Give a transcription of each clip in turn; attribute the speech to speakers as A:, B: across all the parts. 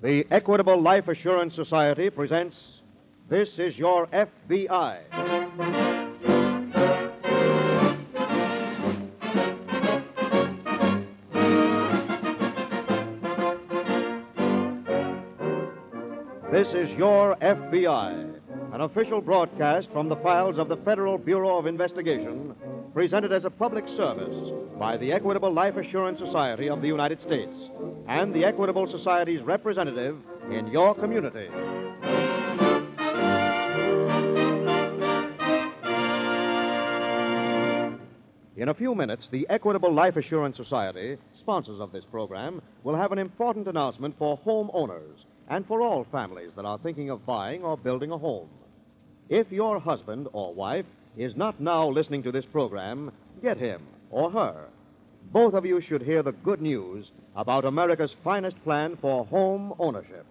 A: The Equitable Life Assurance Society presents This is Your FBI. This is Your FBI, an official broadcast from the files of the Federal Bureau of Investigation, presented as a public service by the Equitable Life Assurance Society of the United States and the Equitable Society's representative in your community. In a few minutes, the Equitable Life Assurance Society, sponsors of this program, will have an important announcement for homeowners and for all families that are thinking of buying or building a home. If your husband or wife is not now listening to this program, get him or her. Both of you should hear the good news about America's finest plan for home ownership.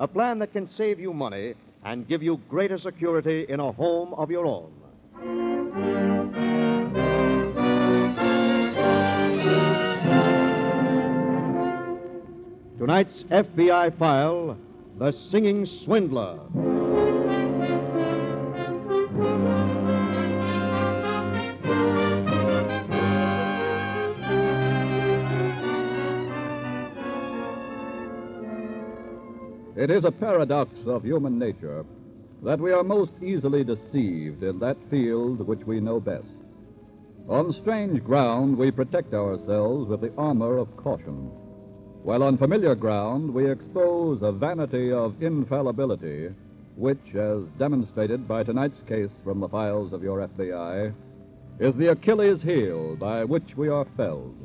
A: A plan that can save you money and give you greater security in a home of your own. Tonight's FBI file The Singing Swindler.
B: It is a paradox of human nature that we are most easily deceived in that field which we know best. On strange ground, we protect ourselves with the armor of caution, while on familiar ground, we expose a vanity of infallibility, which, as demonstrated by tonight's case from the files of your FBI, is the Achilles heel by which we are felled.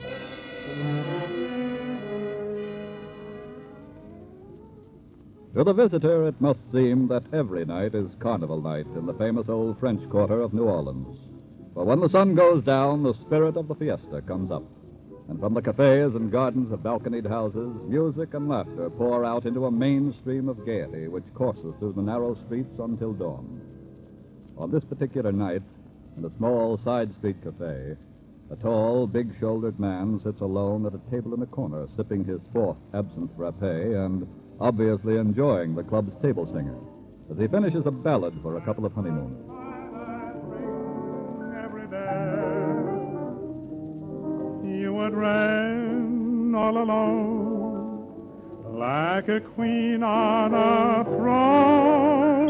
B: To the visitor, it must seem that every night is carnival night in the famous old French quarter of New Orleans. For when the sun goes down, the spirit of the fiesta comes up. And from the cafes and gardens of balconied houses, music and laughter pour out into a mainstream of gaiety which courses through the narrow streets until dawn. On this particular night, in a small side street cafe, a tall, big shouldered man sits alone at a table in a corner, sipping his fourth absinthe frappe and obviously enjoying the club's table singer as he finishes a ballad for a couple of honeymooners.
C: every day. You would reign all alone, like a queen on a throne.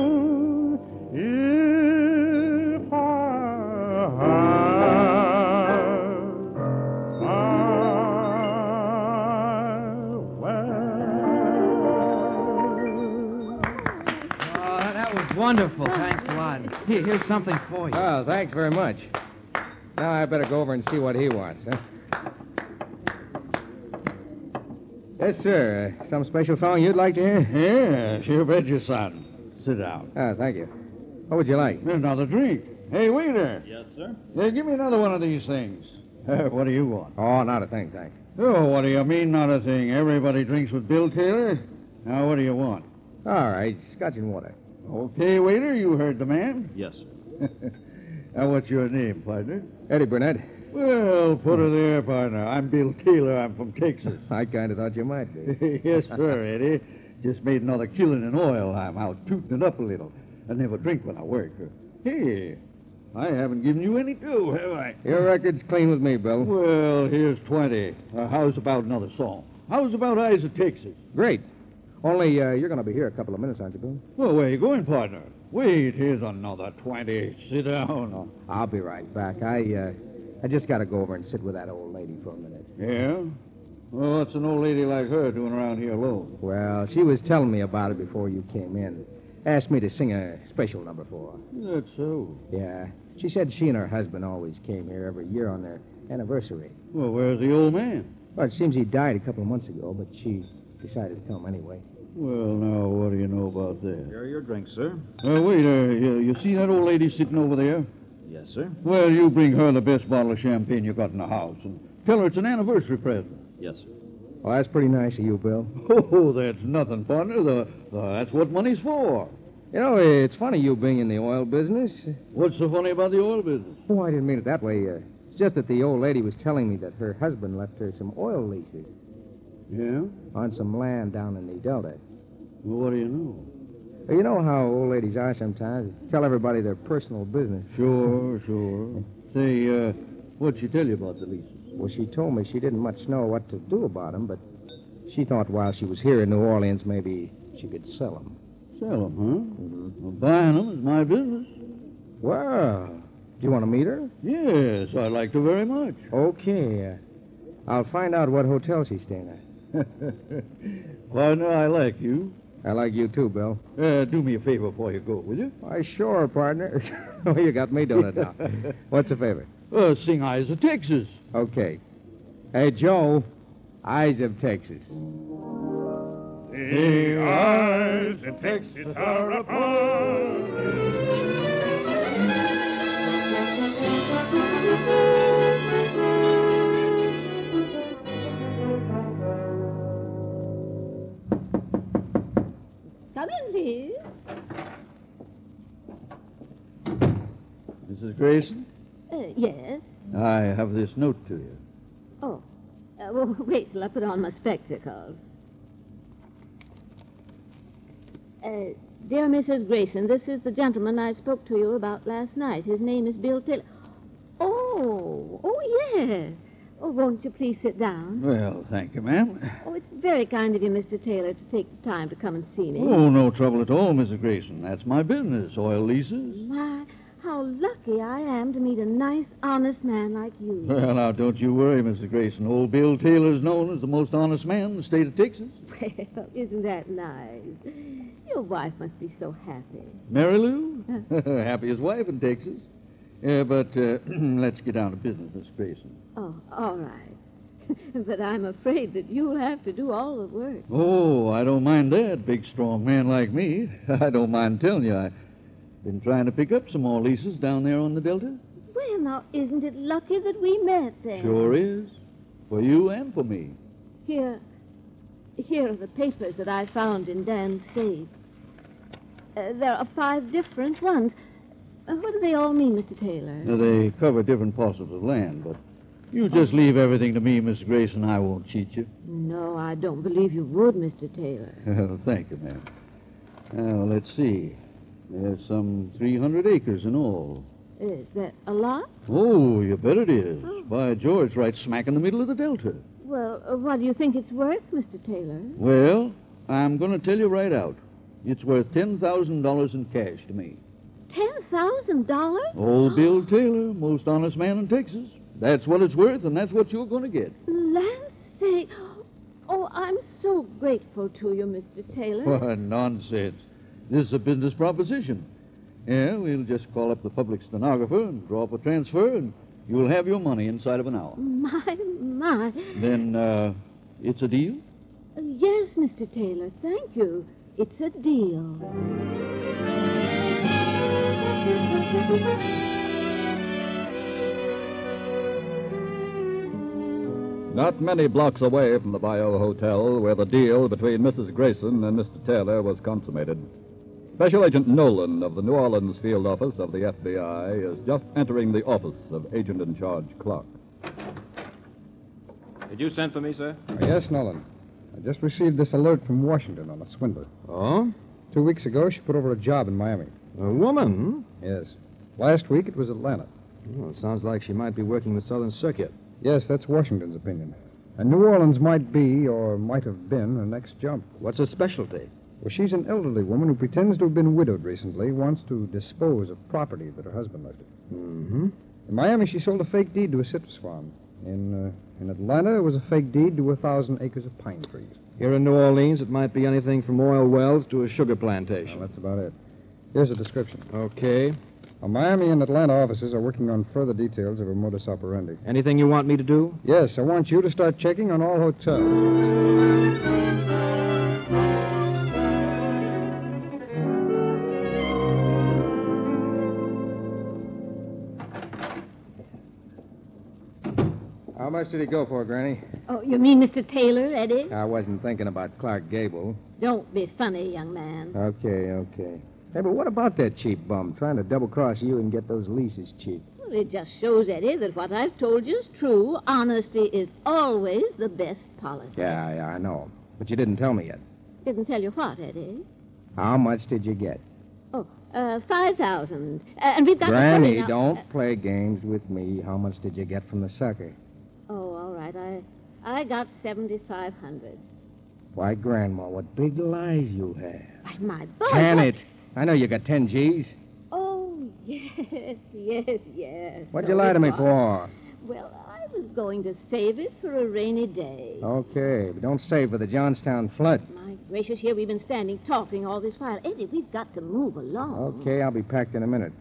C: If I, I were.
D: Oh, that was wonderful. Thanks a lot. Here, here's something for you.
E: Oh, thanks very much. Now I better go over and see what he wants, huh? Yes, sir. Uh, Some special song you'd like to hear?
F: Yes, you bet your son. Sit down.
E: Yeah. Oh, thank you. What would you like?
F: Another drink. Hey, waiter. Yes, sir. Hey, give me another one of these things. what do you want?
E: Oh, not a thing, thanks.
F: Oh, what do you mean, not a thing? Everybody drinks with Bill Taylor. Now, what do you want?
E: All right, scotch and water.
F: Okay, waiter, you heard the man.
G: Yes, sir.
F: Now, what's your name, partner?
E: Eddie Burnett.
F: Well, put her there, partner. I'm Bill Taylor. I'm from Texas.
E: I kind of thought you might be.
F: yes, sir, Eddie. Just made another killing in oil. I'm out tooting it up a little. I never drink when I work. Hey, I haven't given you any too, have I?
E: Your record's clean with me, Bill.
F: Well, here's 20. Uh, how's about another song? How's about Eyes of Texas?
E: Great. Only uh, you're going to be here a couple of minutes, aren't you, Bill?
F: Well, where you going, partner? Wait, here's another 20. Sit down.
E: I'll be right back. I uh, I just got to go over and sit with that old lady for a minute.
F: Yeah? Well, what's an old lady like her doing around here alone?
E: Well, she was telling me about it before you came in. Asked me to sing a special number for her.
F: That's so.
E: Yeah. She said she and her husband always came here every year on their anniversary.
F: Well, where's the old man?
E: Well, it seems he died a couple of months ago, but she decided to come anyway.
F: Well, now, what do you know about that?
G: Here are your drinks, sir.
F: Uh, waiter, you, you see that old lady sitting over there?
G: Yes, sir.
F: Well, you bring her the best bottle of champagne you got in the house and tell her it's an anniversary present.
G: Yes, sir.
E: Well, that's pretty nice of you, Bill.
F: Oh, that's nothing, partner. The, the, that's what money's for.
E: You know, it's funny you being in the oil business.
F: What's so funny about the oil business?
E: Oh, I didn't mean it that way. Uh, it's just that the old lady was telling me that her husband left her some oil leases.
F: Yeah?
E: on some land down in the Delta.
F: Well, what do you know?
E: You know how old ladies are sometimes. They tell everybody their personal business.
F: Sure, sure. Say, uh, what'd she tell you about the leases?
E: Well, she told me she didn't much know what to do about 'em, but she thought while she was here in New Orleans, maybe she could sell 'em.
F: Sell 'em, huh? Well, buying 'em is my business.
E: Well, do you want to meet her?
F: Yes, I'd like to very much.
E: Okay. Uh, I'll find out what hotel she's staying at.
F: Partner, I like you.
E: I like you too, Bill.
F: Uh, do me a favor before you go, will you?
E: Why, sure, partner. oh, you got me doing it now. What's the favor?
F: Uh, sing Eyes of Texas.
E: Okay. Hey, Joe. Eyes of Texas.
C: The eyes in Texas are upon.
G: Come in, please.
F: Mrs. Grayson,
G: Uh, yes.
F: I have this note to you.
G: Oh. Uh, well, wait till I put on my spectacles. Uh, dear Mrs. Grayson, this is the gentleman I spoke to you about last night. His name is Bill Taylor. Oh, oh, yes. Oh, won't you please sit down?
F: Well, thank you, ma'am.
G: Oh, it's very kind of you, Mr. Taylor, to take the time to come and see me.
F: Oh, no trouble at all, Mrs. Grayson. That's my business, oil leases.
G: My, how lucky I am to meet a nice, honest man like you.
F: Well, now, don't you worry, Mrs. Grayson. Old Bill Taylor's known as the most honest man in the state of Texas.
G: Well, isn't that nice? Your wife must be so happy.
F: Mary Lou? Happiest wife in Texas. Yeah, but uh, let's get down to business, Mrs. Grayson.
G: Oh, all right. but I'm afraid that you'll have to do all the work.
F: Oh, I don't mind that, big, strong man like me. I don't mind telling you, I've been trying to pick up some more leases down there on the Delta.
G: Well, now, isn't it lucky that we met then?
F: Sure is. For you and for me.
G: Here, here are the papers that I found in Dan's safe. Uh, there are five different ones. Uh, what do they all mean, Mr. Taylor?
F: Now, they cover different parcels of land, but you just leave everything to me, Mrs. Grayson. I won't cheat you.
G: No, I don't believe you would, Mr. Taylor.
F: Thank you, ma'am. Now, let's see. There's some 300 acres in all.
G: Is that a lot?
F: Oh, you bet it is. By George, right smack in the middle of the Delta.
G: Well, uh, what do you think it's worth, Mr. Taylor?
F: Well, I'm going to tell you right out. It's worth $10,000 in cash to me.
G: Ten thousand dollars?
F: Old Oh, Bill Taylor, most honest man in Texas. That's what it's worth, and that's what you're going to get.
G: Land's sake. Oh, I'm so grateful to you, Mr. Taylor.
F: What nonsense. This is a business proposition. Yeah, we'll just call up the public stenographer and draw up a transfer, and you'll have your money inside of an hour.
G: My, my.
F: Then, uh, it's a deal?
G: Uh, Yes, Mr. Taylor, thank you. It's a deal.
B: Not many blocks away from the Bayou Hotel, where the deal between Mrs. Grayson and Mr. Taylor was consummated, Special Agent Nolan of the New Orleans Field Office of the FBI is just entering the office of Agent in Charge Clark.
H: Did you send for me, sir?
E: Uh, Yes, Nolan. I just received this alert from Washington on a swindler.
H: Oh?
E: Two weeks ago, she put over a job in Miami.
H: A woman?
E: Yes. Last week, it was Atlanta.
H: Well, it sounds like she might be working the Southern Circuit.
E: Yes, that's Washington's opinion. And New Orleans might be, or might have been, her next jump.
H: What's her specialty?
E: Well, she's an elderly woman who pretends to have been widowed recently, wants to dispose of property that her husband left her.
H: Mm-hmm.
E: In Miami, she sold a fake deed to a citrus farm. In, uh, in Atlanta, it was a fake deed to a thousand acres of pine trees.
H: Here in New Orleans, it might be anything from oil wells to a sugar
E: Now,
H: plantation.
E: that's about it. Here's a description.
H: Okay.
E: Our Miami and Atlanta offices are working on further details of her modus operandi.
H: Anything you want me to do?
E: Yes, I want you to start checking on all hotels. How much did he go for, Granny?
G: Oh, you mean Mr. Taylor, Eddie?
E: I wasn't thinking about Clark Gable.
G: Don't be funny, young man.
E: Okay, okay. Hey, but what about that cheap bum trying to double cross you and get those leases cheap?
G: Well, it just shows, Eddie, that what I've told you is true. Honesty is always the best policy.
E: Yeah, yeah, I know. But you didn't tell me yet.
G: Didn't tell you what, Eddie.
E: How much did you get?
G: Oh, uh, 5,000. Uh, and we've got
E: Granny,
G: to... hurry now. Uh,
E: don't play games with me. How much did you get from the sucker?
G: Oh, all right. I I got 7,500.
E: Why, Grandma, what big lies you have.
G: Why, my boy.
E: Can
G: what-
E: it? Oh, I know you got 10 G's.
G: Oh, yes, yes, yes.
E: What'd Oh, you lie to me
G: Sorry,
E: for?
G: Bob. Well, I was going to save it for a rainy day.
E: Oh. Okay, but don't save for the Johnstown flood.
G: My gracious, here we've been standing talking all this while. Eddie, we've got to move along.
E: Okay, I'll be packed in a minute.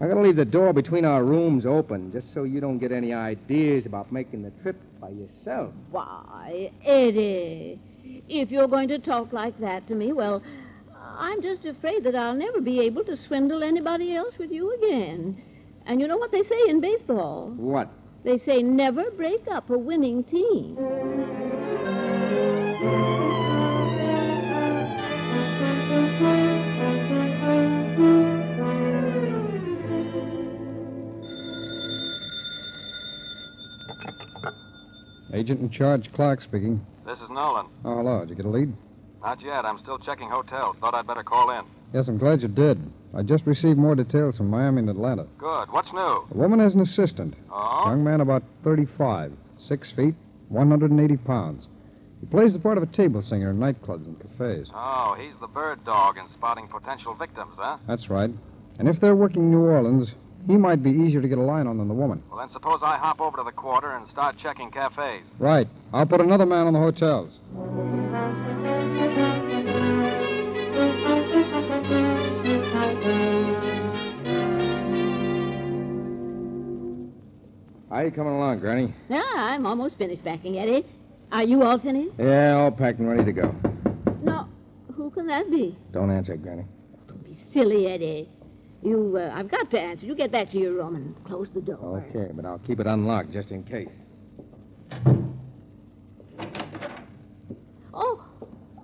E: I'm going to leave the door between our rooms open just so you don't get any ideas about making the trip by yourself.
G: Why, Eddie, if you're going to talk like that to me, well, I'm just afraid that I'll never be able to swindle anybody else with you again. And you know what they say in baseball?
E: What?
G: They say never break up a winning team.
E: Agent in charge, Clark speaking.
I: This is Nolan.
E: Oh, hello. Did you get a lead?
I: Not yet. I'm still checking hotels. Thought I'd better call in.
E: Yes, I'm glad you did. I just received more details from Miami and Atlanta.
I: Good. What's new?
E: A woman has an assistant.
I: Oh?
E: Young man about 35, 6 feet, 180 pounds. He plays the part of a table singer in nightclubs and cafes.
I: Oh, he's the bird dog in spotting potential victims, huh?
E: That's right. And if they're working New Orleans, he might be easier to get a line on than the woman.
I: Well, then suppose I hop over to the quarter and start checking cafes.
E: Right. I'll put another man on the hotels. How you coming along, Granny?
G: Now, I'm almost finished packing, Eddie. Are you all finished?
E: Yeah, all packed and ready to go.
G: No. Who can that be?
E: Don't answer, Granny.
G: Don't be silly, Eddie. You, uh, I've got to answer. You get back to your room and close the door.
E: Okay, but I'll keep it unlocked just in case.
G: Oh,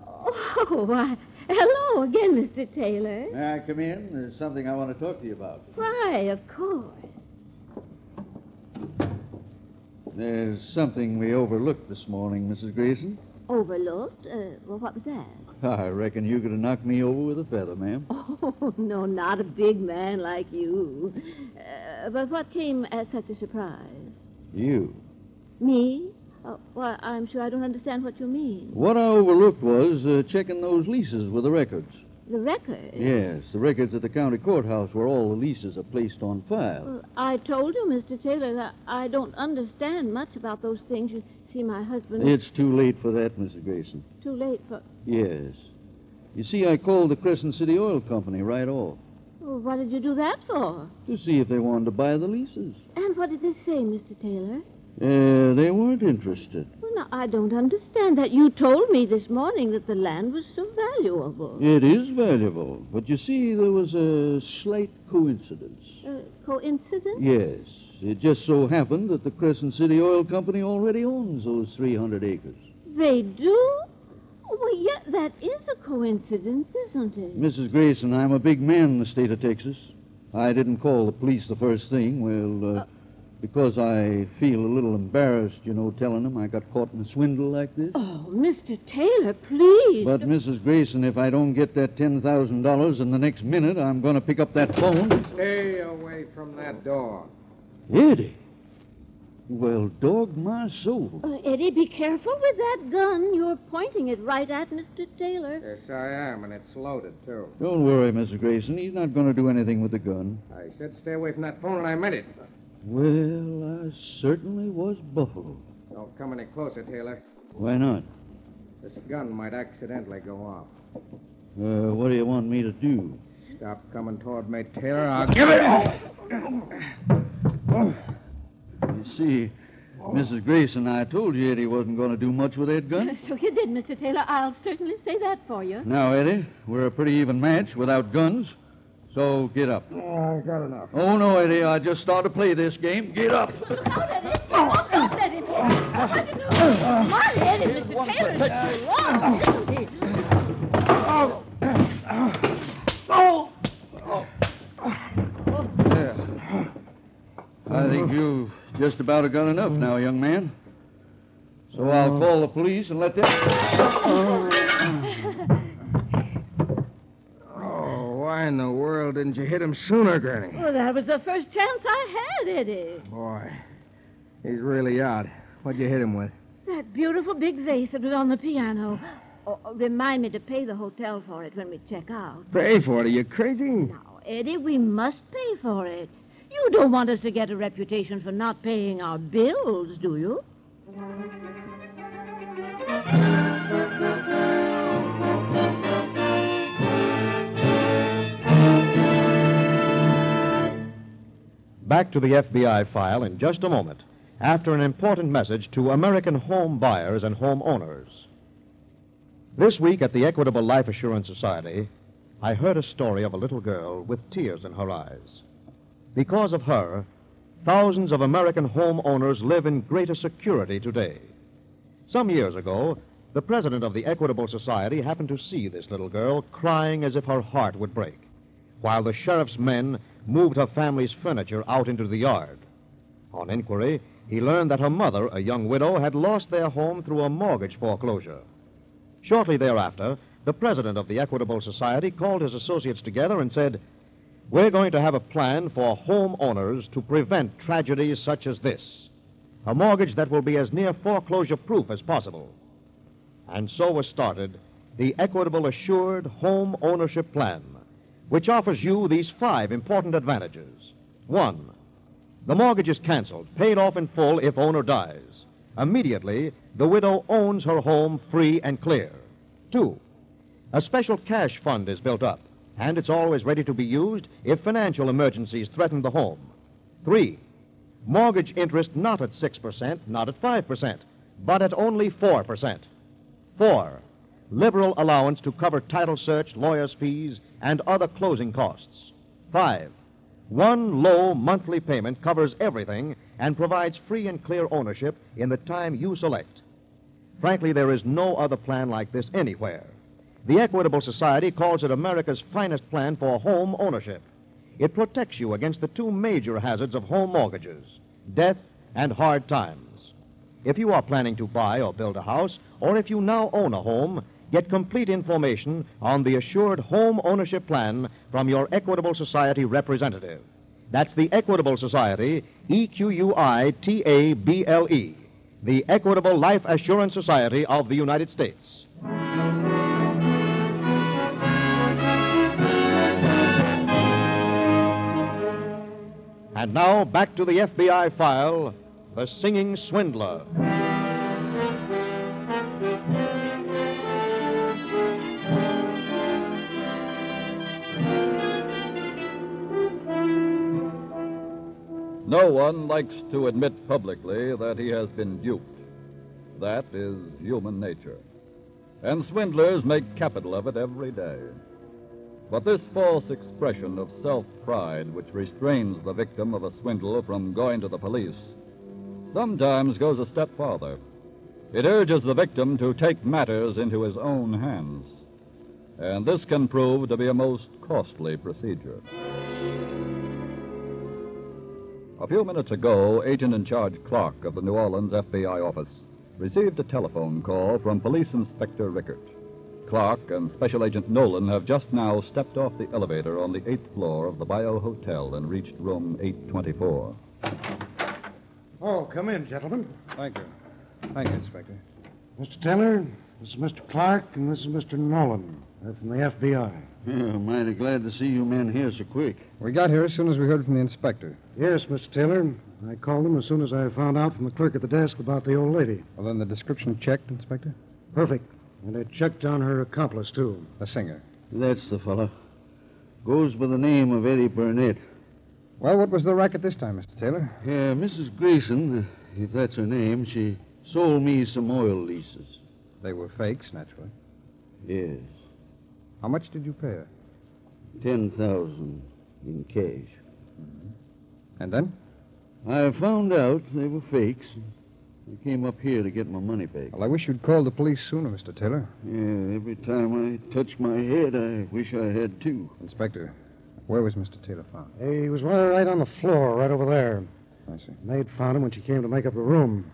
G: oh, why, hello again, Mr. Taylor.
F: May I come in? There's something I want to talk to you about.
G: Why, of course.
F: There's something we overlooked this morning, Mrs. Grayson.
G: Overlooked? Uh, well, what was that?
F: I reckon you could have knocked me over with a feather, ma'am.
G: Oh, no, not a big man like you. Uh, but what came as such a surprise?
F: You.
G: Me? Oh, why, I'm sure I don't understand what you mean.
F: What I overlooked was uh, checking those leases with the records.
G: The record?
F: Yes, the records at the county courthouse where all the leases are placed on file.
G: Well, I told you, Mr. Taylor, that I don't understand much about those things. You see, my husband.
F: It's too late for that, Mrs. Grayson.
G: too late for.
F: Yes. You see, I called the Crescent City Oil Company right off
G: Well, what did you do that for?
F: to see if they wanted to buy the leases.
G: And what did they say, Mr. Taylor?
F: Uh, they weren't interested.
G: Well, now, I don't understand that. You told me this morning that the land was so valuable.
F: It is valuable, but you see, there was a slight coincidence.
G: Uh, coincidence?
F: Yes. It just so happened that the Crescent City Oil Company already owns those 300 acres.
G: They do? Oh, well, yeah, that is a coincidence, isn't it?
F: Mrs. Grayson, I'm a big man in the state of Texas. I didn't call the police the first thing. Well, uh, because I feel a little embarrassed, you know, telling them I got caught in a swindle like this.
G: Oh, Mr. Taylor, please.
F: But, Mrs. Grayson, if I don't get that $10,000 in the next minute, I'm going to pick up that phone.
E: Stay away from that door.
F: Eddie. Well, dog my soul.
G: Uh, Eddie, be careful with that gun. You're pointing it right at Mr. Taylor.
E: Yes, I am, and it's loaded, too.
F: Don't worry, Mrs. Grayson. He's not going to do anything with the gun.
E: I said stay away from that phone, and I meant it.
F: Well, I certainly was Buffalo.
E: Don't come any closer, Taylor.
F: Why not?
E: This gun might accidentally go off.
F: Uh, what do you want me to do?
E: Stop coming toward me, Taylor. I'll give it. Oh!
F: You see, Mrs. Grayson, I told you Eddie wasn't going to do much with that gun.
G: Uh, So you did, Mr. Taylor. I'll certainly say that for you.
F: Now, Eddie, we're a pretty even match without guns. So get up.
E: I got enough.
F: Oh, no, Eddie, I just started to play this game. Get up.
G: Look out, Eddie. Oh, stop that, Eddie. What
F: Uh,
G: did you do? Come on, Eddie, Mr. Taylor. Whoa, Eddie.
F: Yeah. Just about have got enough now, young man. So I'll call the police and let them.
E: Oh, why in the world didn't you hit him sooner, Granny?
G: Well, that was the first chance I had, Eddie.
E: Boy, he's really out. What'd you hit him with?
G: That beautiful big vase that was on the piano. Oh, oh, remind me to pay the hotel for it when we check out.
E: Pay for it. Are you crazy?
G: Now, Eddie, we must pay for it. You don't want us to get a reputation for not paying our bills, do you?
A: Back to the FBI file in just a moment after an important message to American home buyers and homeowners. This week at the Equitable Life Assurance Society, I heard a story of a little girl with tears in her eyes. Because of her, thousands of American homeowners live in greater security today. Some years ago, the president of the Equitable Society happened to see this little girl crying as if her heart would break, while the sheriff's men moved her family's furniture out into the yard. On inquiry, he learned that her mother, a young widow, had lost their home through a mortgage foreclosure. Shortly thereafter, the president of the Equitable Society called his associates together and said, We're going to have a plan for homeowners to prevent tragedies such as this. A mortgage that will be as near foreclosure proof as possible. And so was started the Equitable Assured Home Ownership Plan, which offers you these five important advantages. One, the mortgage is canceled, paid off in full if owner dies. Immediately, the widow owns her home free and clear. Two, a special cash fund is built up, and it's always ready to be used if financial emergencies threaten the home. Three, mortgage interest not at 6%, not at 5%, but at only 4%. Four, liberal allowance to cover title search, lawyer's fees, and other closing costs. Five, one low monthly payment covers everything and provides free and clear ownership in the time you select. Frankly, there is no other plan like this anywhere. The Equitable Society calls it America's finest plan for home ownership. It protects you against the two major hazards of home mortgages death and hard times. If you are planning to buy or build a house, or if you now own a home, get complete information on the Assured Home Ownership Plan from your Equitable Society representative. That's the Equitable Society, E Q U I T A B L E, the Equitable Life Assurance Society of the United States. And now back to the FBI file The Singing Swindler.
B: No one likes to admit publicly that he has been duped. That is human nature. And swindlers make capital of it every day. But this false expression of self pride, which restrains the victim of a swindle from going to the police, sometimes goes a step farther. It urges the victim to take matters into his own hands. And this can prove to be a most costly procedure. A few minutes ago, agent in charge Clark of the New Orleans FBI office received a telephone call from Police Inspector Rickert. Clark and Special Agent Nolan have just now stepped off the elevator on the eighth floor of the Bio Hotel and reached room 824.
C: Oh, come in, gentlemen.
H: Thank you. Thank you, Inspector.
C: Mr. Taylor, this is Mr. Clark, and this is Mr. Nolan. They're from the FBI.
F: Yeah, mighty glad to see you men here so quick.
H: We got here as soon as we heard from the inspector.
C: Yes, Mr. Taylor. I called them as soon as I found out from the clerk at the desk about the old lady.
H: Well, then the description checked, Inspector?
C: Perfect. And I checked on her accomplice, too.
H: The singer.
F: That's the fella. Goes by the name of Eddie Burnett.
H: Well, what was the racket this time, Mr. Taylor?
F: Yeah, Mrs. Uh, Grayson, if that's her name, she sold me some oil leases.
H: They were fakes, naturally.
F: Yes,
H: How much did you pay her?
F: ten thousand in cash.
H: And then?
F: I found out they were fakes. I came up here to get my money back.
H: Well, I wish you'd called the police sooner, Mr. Taylor.
F: Yeah, every time I touch my head, I wish I had two.
H: Inspector, where was Mr. Taylor found?
C: He was lying right on the floor, right over there.
B: I see.
C: Maid found him when she came to make up her room.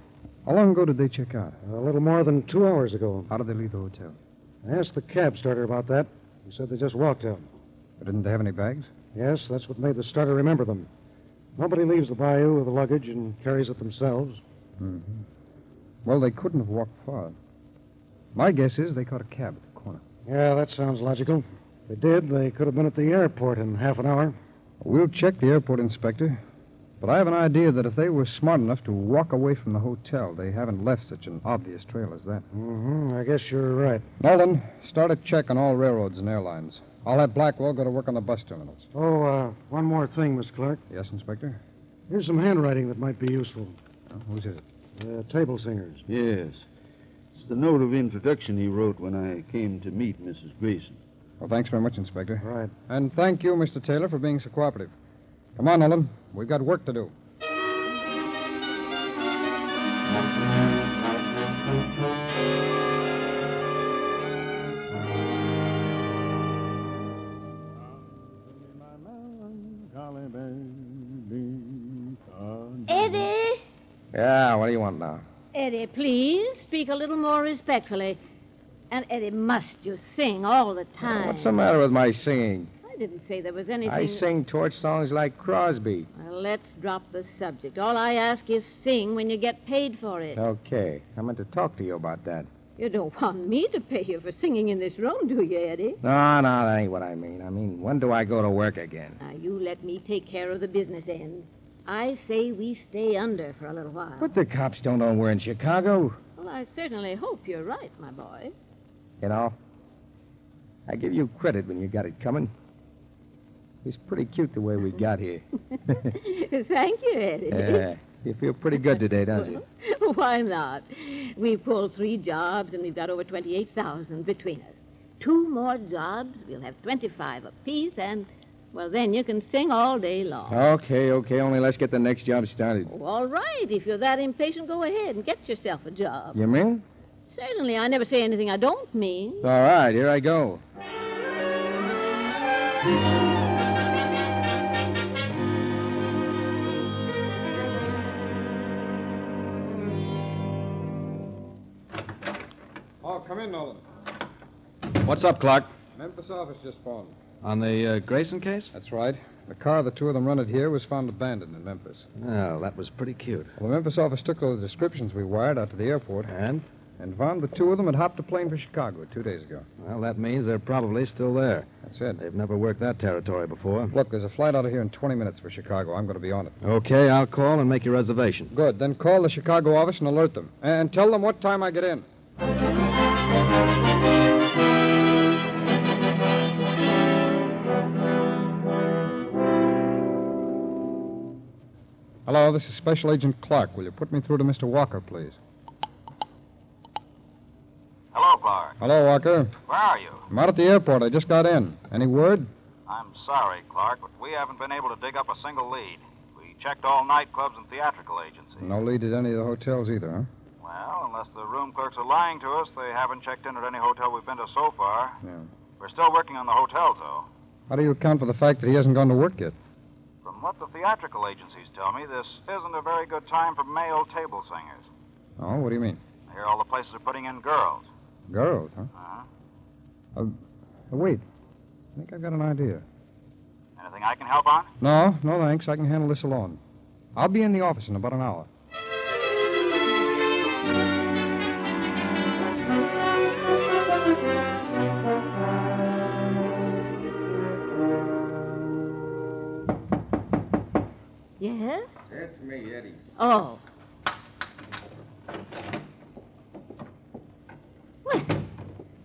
B: How long ago did they check out?
C: A little more than two hours ago.
B: How did they leave the hotel?
C: I asked the cab starter about that. He said they just walked out.
B: Didn't they have any bags?
C: Yes, that's what made the starter remember them. Nobody leaves the bayou with the luggage and carries it themselves.
B: Well, they couldn't have walked far. My guess is they caught a cab at the corner.
C: Yeah, that sounds logical. If they did, they could have been at the airport in half an hour.
B: We'll check the airport inspector. But I have an idea that if they were smart enough to walk away from the hotel, they haven't left such an obvious trail as that.
C: Mm-hmm. I guess you're right.
B: Nolan, start a check on all railroads and airlines. I'll have Blackwell go to work on the bus terminals.
C: Oh, uh, one more thing, Miss Clark.
B: Yes, Inspector?
C: Here's some handwriting that might be useful.
B: whose is it?
C: Uh, table singers.
F: Yes. It's the note of introduction he wrote when I came to meet Mrs. Grayson.
B: Well, thanks very much, Inspector.
C: Right.
B: And thank you, Mr. Taylor, for being so cooperative. Come on, Nolan. We've got work to do.
G: Eddie!
B: Yeah, what do you want now?
G: Eddie, please speak a little more respectfully. And Eddie, must you sing all the time?
B: What's the matter with my singing?
G: I didn't say there was anything.
B: I sing torch songs like Crosby.
G: Well, let's drop the subject. All I ask is sing when you get paid for
B: Uh.
G: it.
B: Okay. I meant to talk to you about that.
G: You don't want me to pay you for singing in this room, do you, Eddie?
B: No, no, that ain't what I mean. I mean, when do I go to work again?
G: Now, you let me take care of the business end. I say we stay under for a little while.
B: But the cops don't know we're in Chicago.
G: Well, I certainly hope you're right, my boy.
B: You know, I give you credit when you got it coming. It's pretty cute the way we got here.
G: Thank you, Eddie.
B: Yeah. You feel pretty good today, don't you?
G: Why not? We've pulled three jobs and we've got over 28,000 between us. Two more jobs, we'll have 25 apiece, and, well, then you can sing all day long.
B: Okay, okay. Only let's get the next job started.
G: Oh, all right, if you're that impatient, go ahead and get yourself a job.
B: You mean?
G: Certainly, I never say anything I don't mean.
B: All right, here I go.
C: Oh, come in, Nolan.
E: What's up, Clark?
B: Memphis office just phoned.
E: On the uh, Grayson case?
B: That's right. The car the two of them rented here was found abandoned in Memphis.
E: Oh, that was pretty cute.
B: Well, the Memphis office took those descriptions we wired out to the airport
E: And?
B: and found the two of them had hopped a plane for Chicago two days ago.
E: Well, that means they're probably still there.
B: That's it.
E: They've never worked that territory before.
B: Look, there's a flight out of here in 20 minutes for Chicago. I'm going to be on it.
E: Okay, I'll call and make your reservation.
B: Good. Then call the Chicago office and alert them. And tell them what time I get in. Hello, this is Special Agent Clark. Will you put me through to Mr. Walker, please?
A: Hello, Clark.
B: Hello, Walker.
A: Where are you?
B: I'm out at the airport. I just got in. Any word?
A: I'm sorry, Clark, but we haven't been able to dig up a single lead. We checked all nightclubs and theatrical agencies.
B: No lead at any of the hotels either, huh?
A: Well, unless the room clerks are lying to us, they haven't checked in at any hotel we've been to so far.
B: Yeah.
A: We're still working on the hotels, though.
B: How do you account for the fact that he hasn't gone to work yet?
A: From what the theatrical agencies tell me, this isn't a very good time for male table singers.
B: Oh, what do you mean?
A: I hear all the places are putting in girls.
B: Girls, huh?
A: Uh-huh.
B: Oh, wait. I think I've got an idea.
A: Anything I can help on?
B: No, no thanks. I can handle this alone. I'll be in the office in about an hour.
G: Yes?
B: That's me, Eddie.
G: Oh. Well,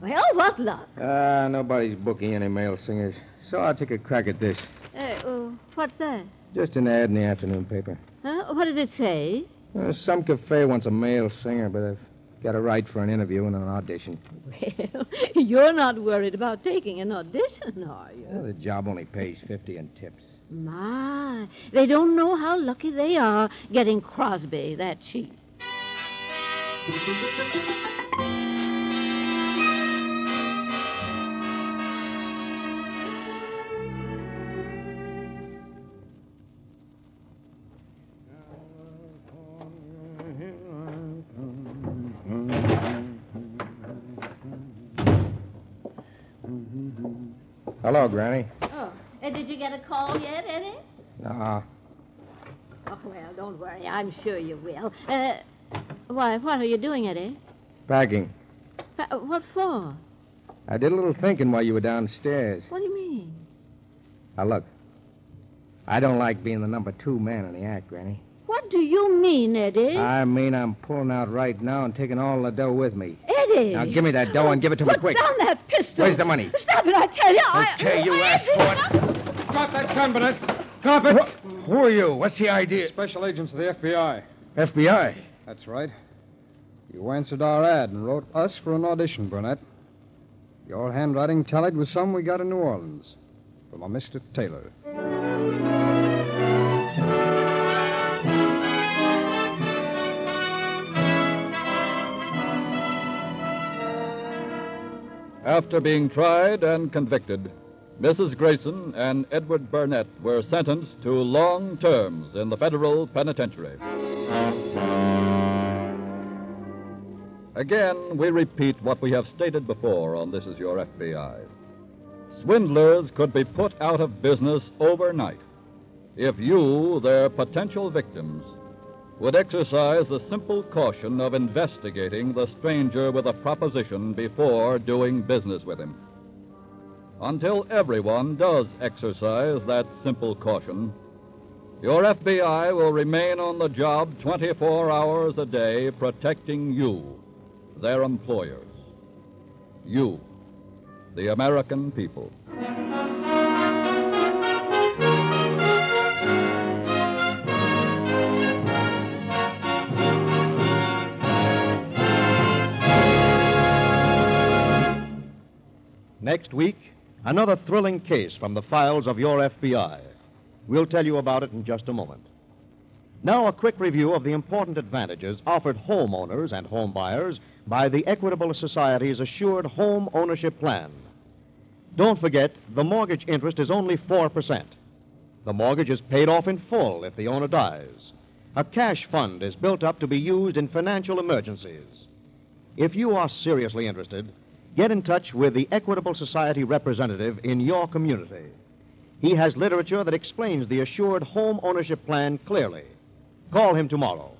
G: well what luck?
B: Ah, nobody's booking any male singers, so I'll take a crack at this.
G: Uh, oh, what's that?
B: Just an ad in the afternoon paper.
G: Huh? What does it say?
B: Uh, some cafe wants a male singer, but I've got a right for an interview and an audition.
G: Well, you're not worried about taking an audition, are you?
B: Well, the job only pays 50 and tips.
G: My, they don't know how lucky they are getting Crosby that cheap.
E: Hello, Granny.
G: Oh, uh, did you get a call yet, Eddie?
E: Ah,
G: Oh, well, don't worry. I'm sure you will. Uh, why, what are you doing, Eddie?
E: packing.
G: Uh, What for?
E: I did a little thinking while you were downstairs.
G: What do you mean?
E: Now, look. I don't like being the number two man in the act, Granny.
G: What do you mean, Eddie?
E: I mean, I'm pulling out right now and taking all the dough with me.
G: Eddie!
E: Now, give me that dough and give it to me
G: Put
E: quick.
G: down that pistol.
E: Where's the money?
G: Stop it, I tell you. I-
E: Okay, you
G: Eddie,
E: ass
G: no.
E: Drop that gun, Burnett. Drop it. Who are you? What's the idea?
H: Special agents of the FBI.
E: FBI.
H: That's right.
E: You answered our ad and wrote us for an audition, Burnett. Your handwriting tallied with some we got in New Orleans from a Mr. Taylor.
B: After being tried and convicted, Mrs. Grayson and Edward Burnett were sentenced to long terms in the federal penitentiary. Again, we repeat what we have stated before on This Is Your FBI. Swindlers could be put out of business overnight if you, their potential victims, would exercise the simple caution of investigating the stranger with a proposition before doing business with him. Until everyone does exercise that simple caution, your FBI will remain on the job 24 hours a day protecting you, their employers. You, the American people.
A: Next week, another thrilling case from the files of your FBI. We'll tell you about it in just a moment. Now, a quick review of the important advantages offered homeowners and homebuyers by the Equitable Society's Assured Home Ownership Plan. Don't forget, the mortgage interest is only 4%. The mortgage is paid off in full if the owner dies. A cash fund is built up to be used in financial emergencies. If you are seriously interested, get in touch with the Equitable Society representative in your community. He has literature that explains the assured home ownership plan clearly. Call him tomorrow.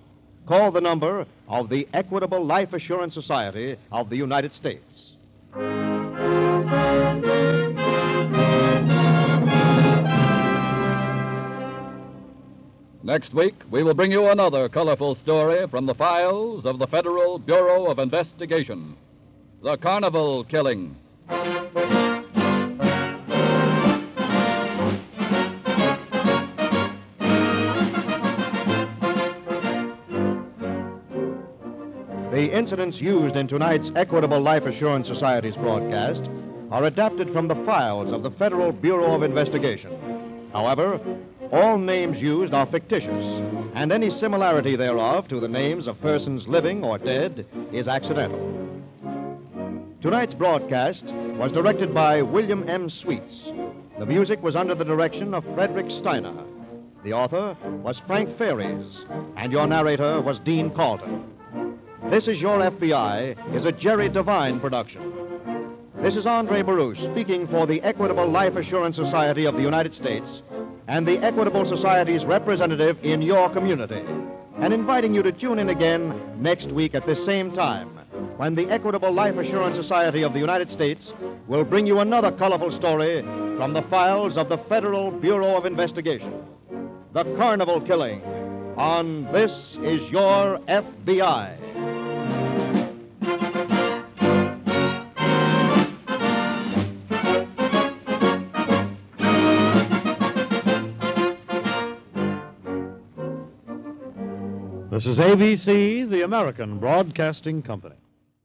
A: Call the number of the Equitable Life Assurance Society of the United States.
B: Next week, we will bring you another colorful story from the files of the Federal Bureau of Investigation The Carnival Killing.
A: The incidents used in tonight's Equitable Life Assurance Society's broadcast are adapted from the files of the Federal Bureau of Investigation. However, all names used are fictitious, and any similarity thereof to the names of persons living or dead is accidental. Tonight's broadcast was directed by William M. Sweets. The music was under the direction of Frederick Steiner. The author was Frank Ferries, and your narrator was Dean Calder. This is Your FBI is a Jerry Devine production. This is Andre Baruch speaking for the Equitable Life Assurance Society of the United States and the Equitable Society's representative in your community, and inviting you to tune in again next week at this same time when the Equitable Life Assurance Society of the United States will bring you another colorful story from the files of the Federal Bureau of Investigation The Carnival Killing on This Is Your FBI.
J: This is ABC, the American Broadcasting Company.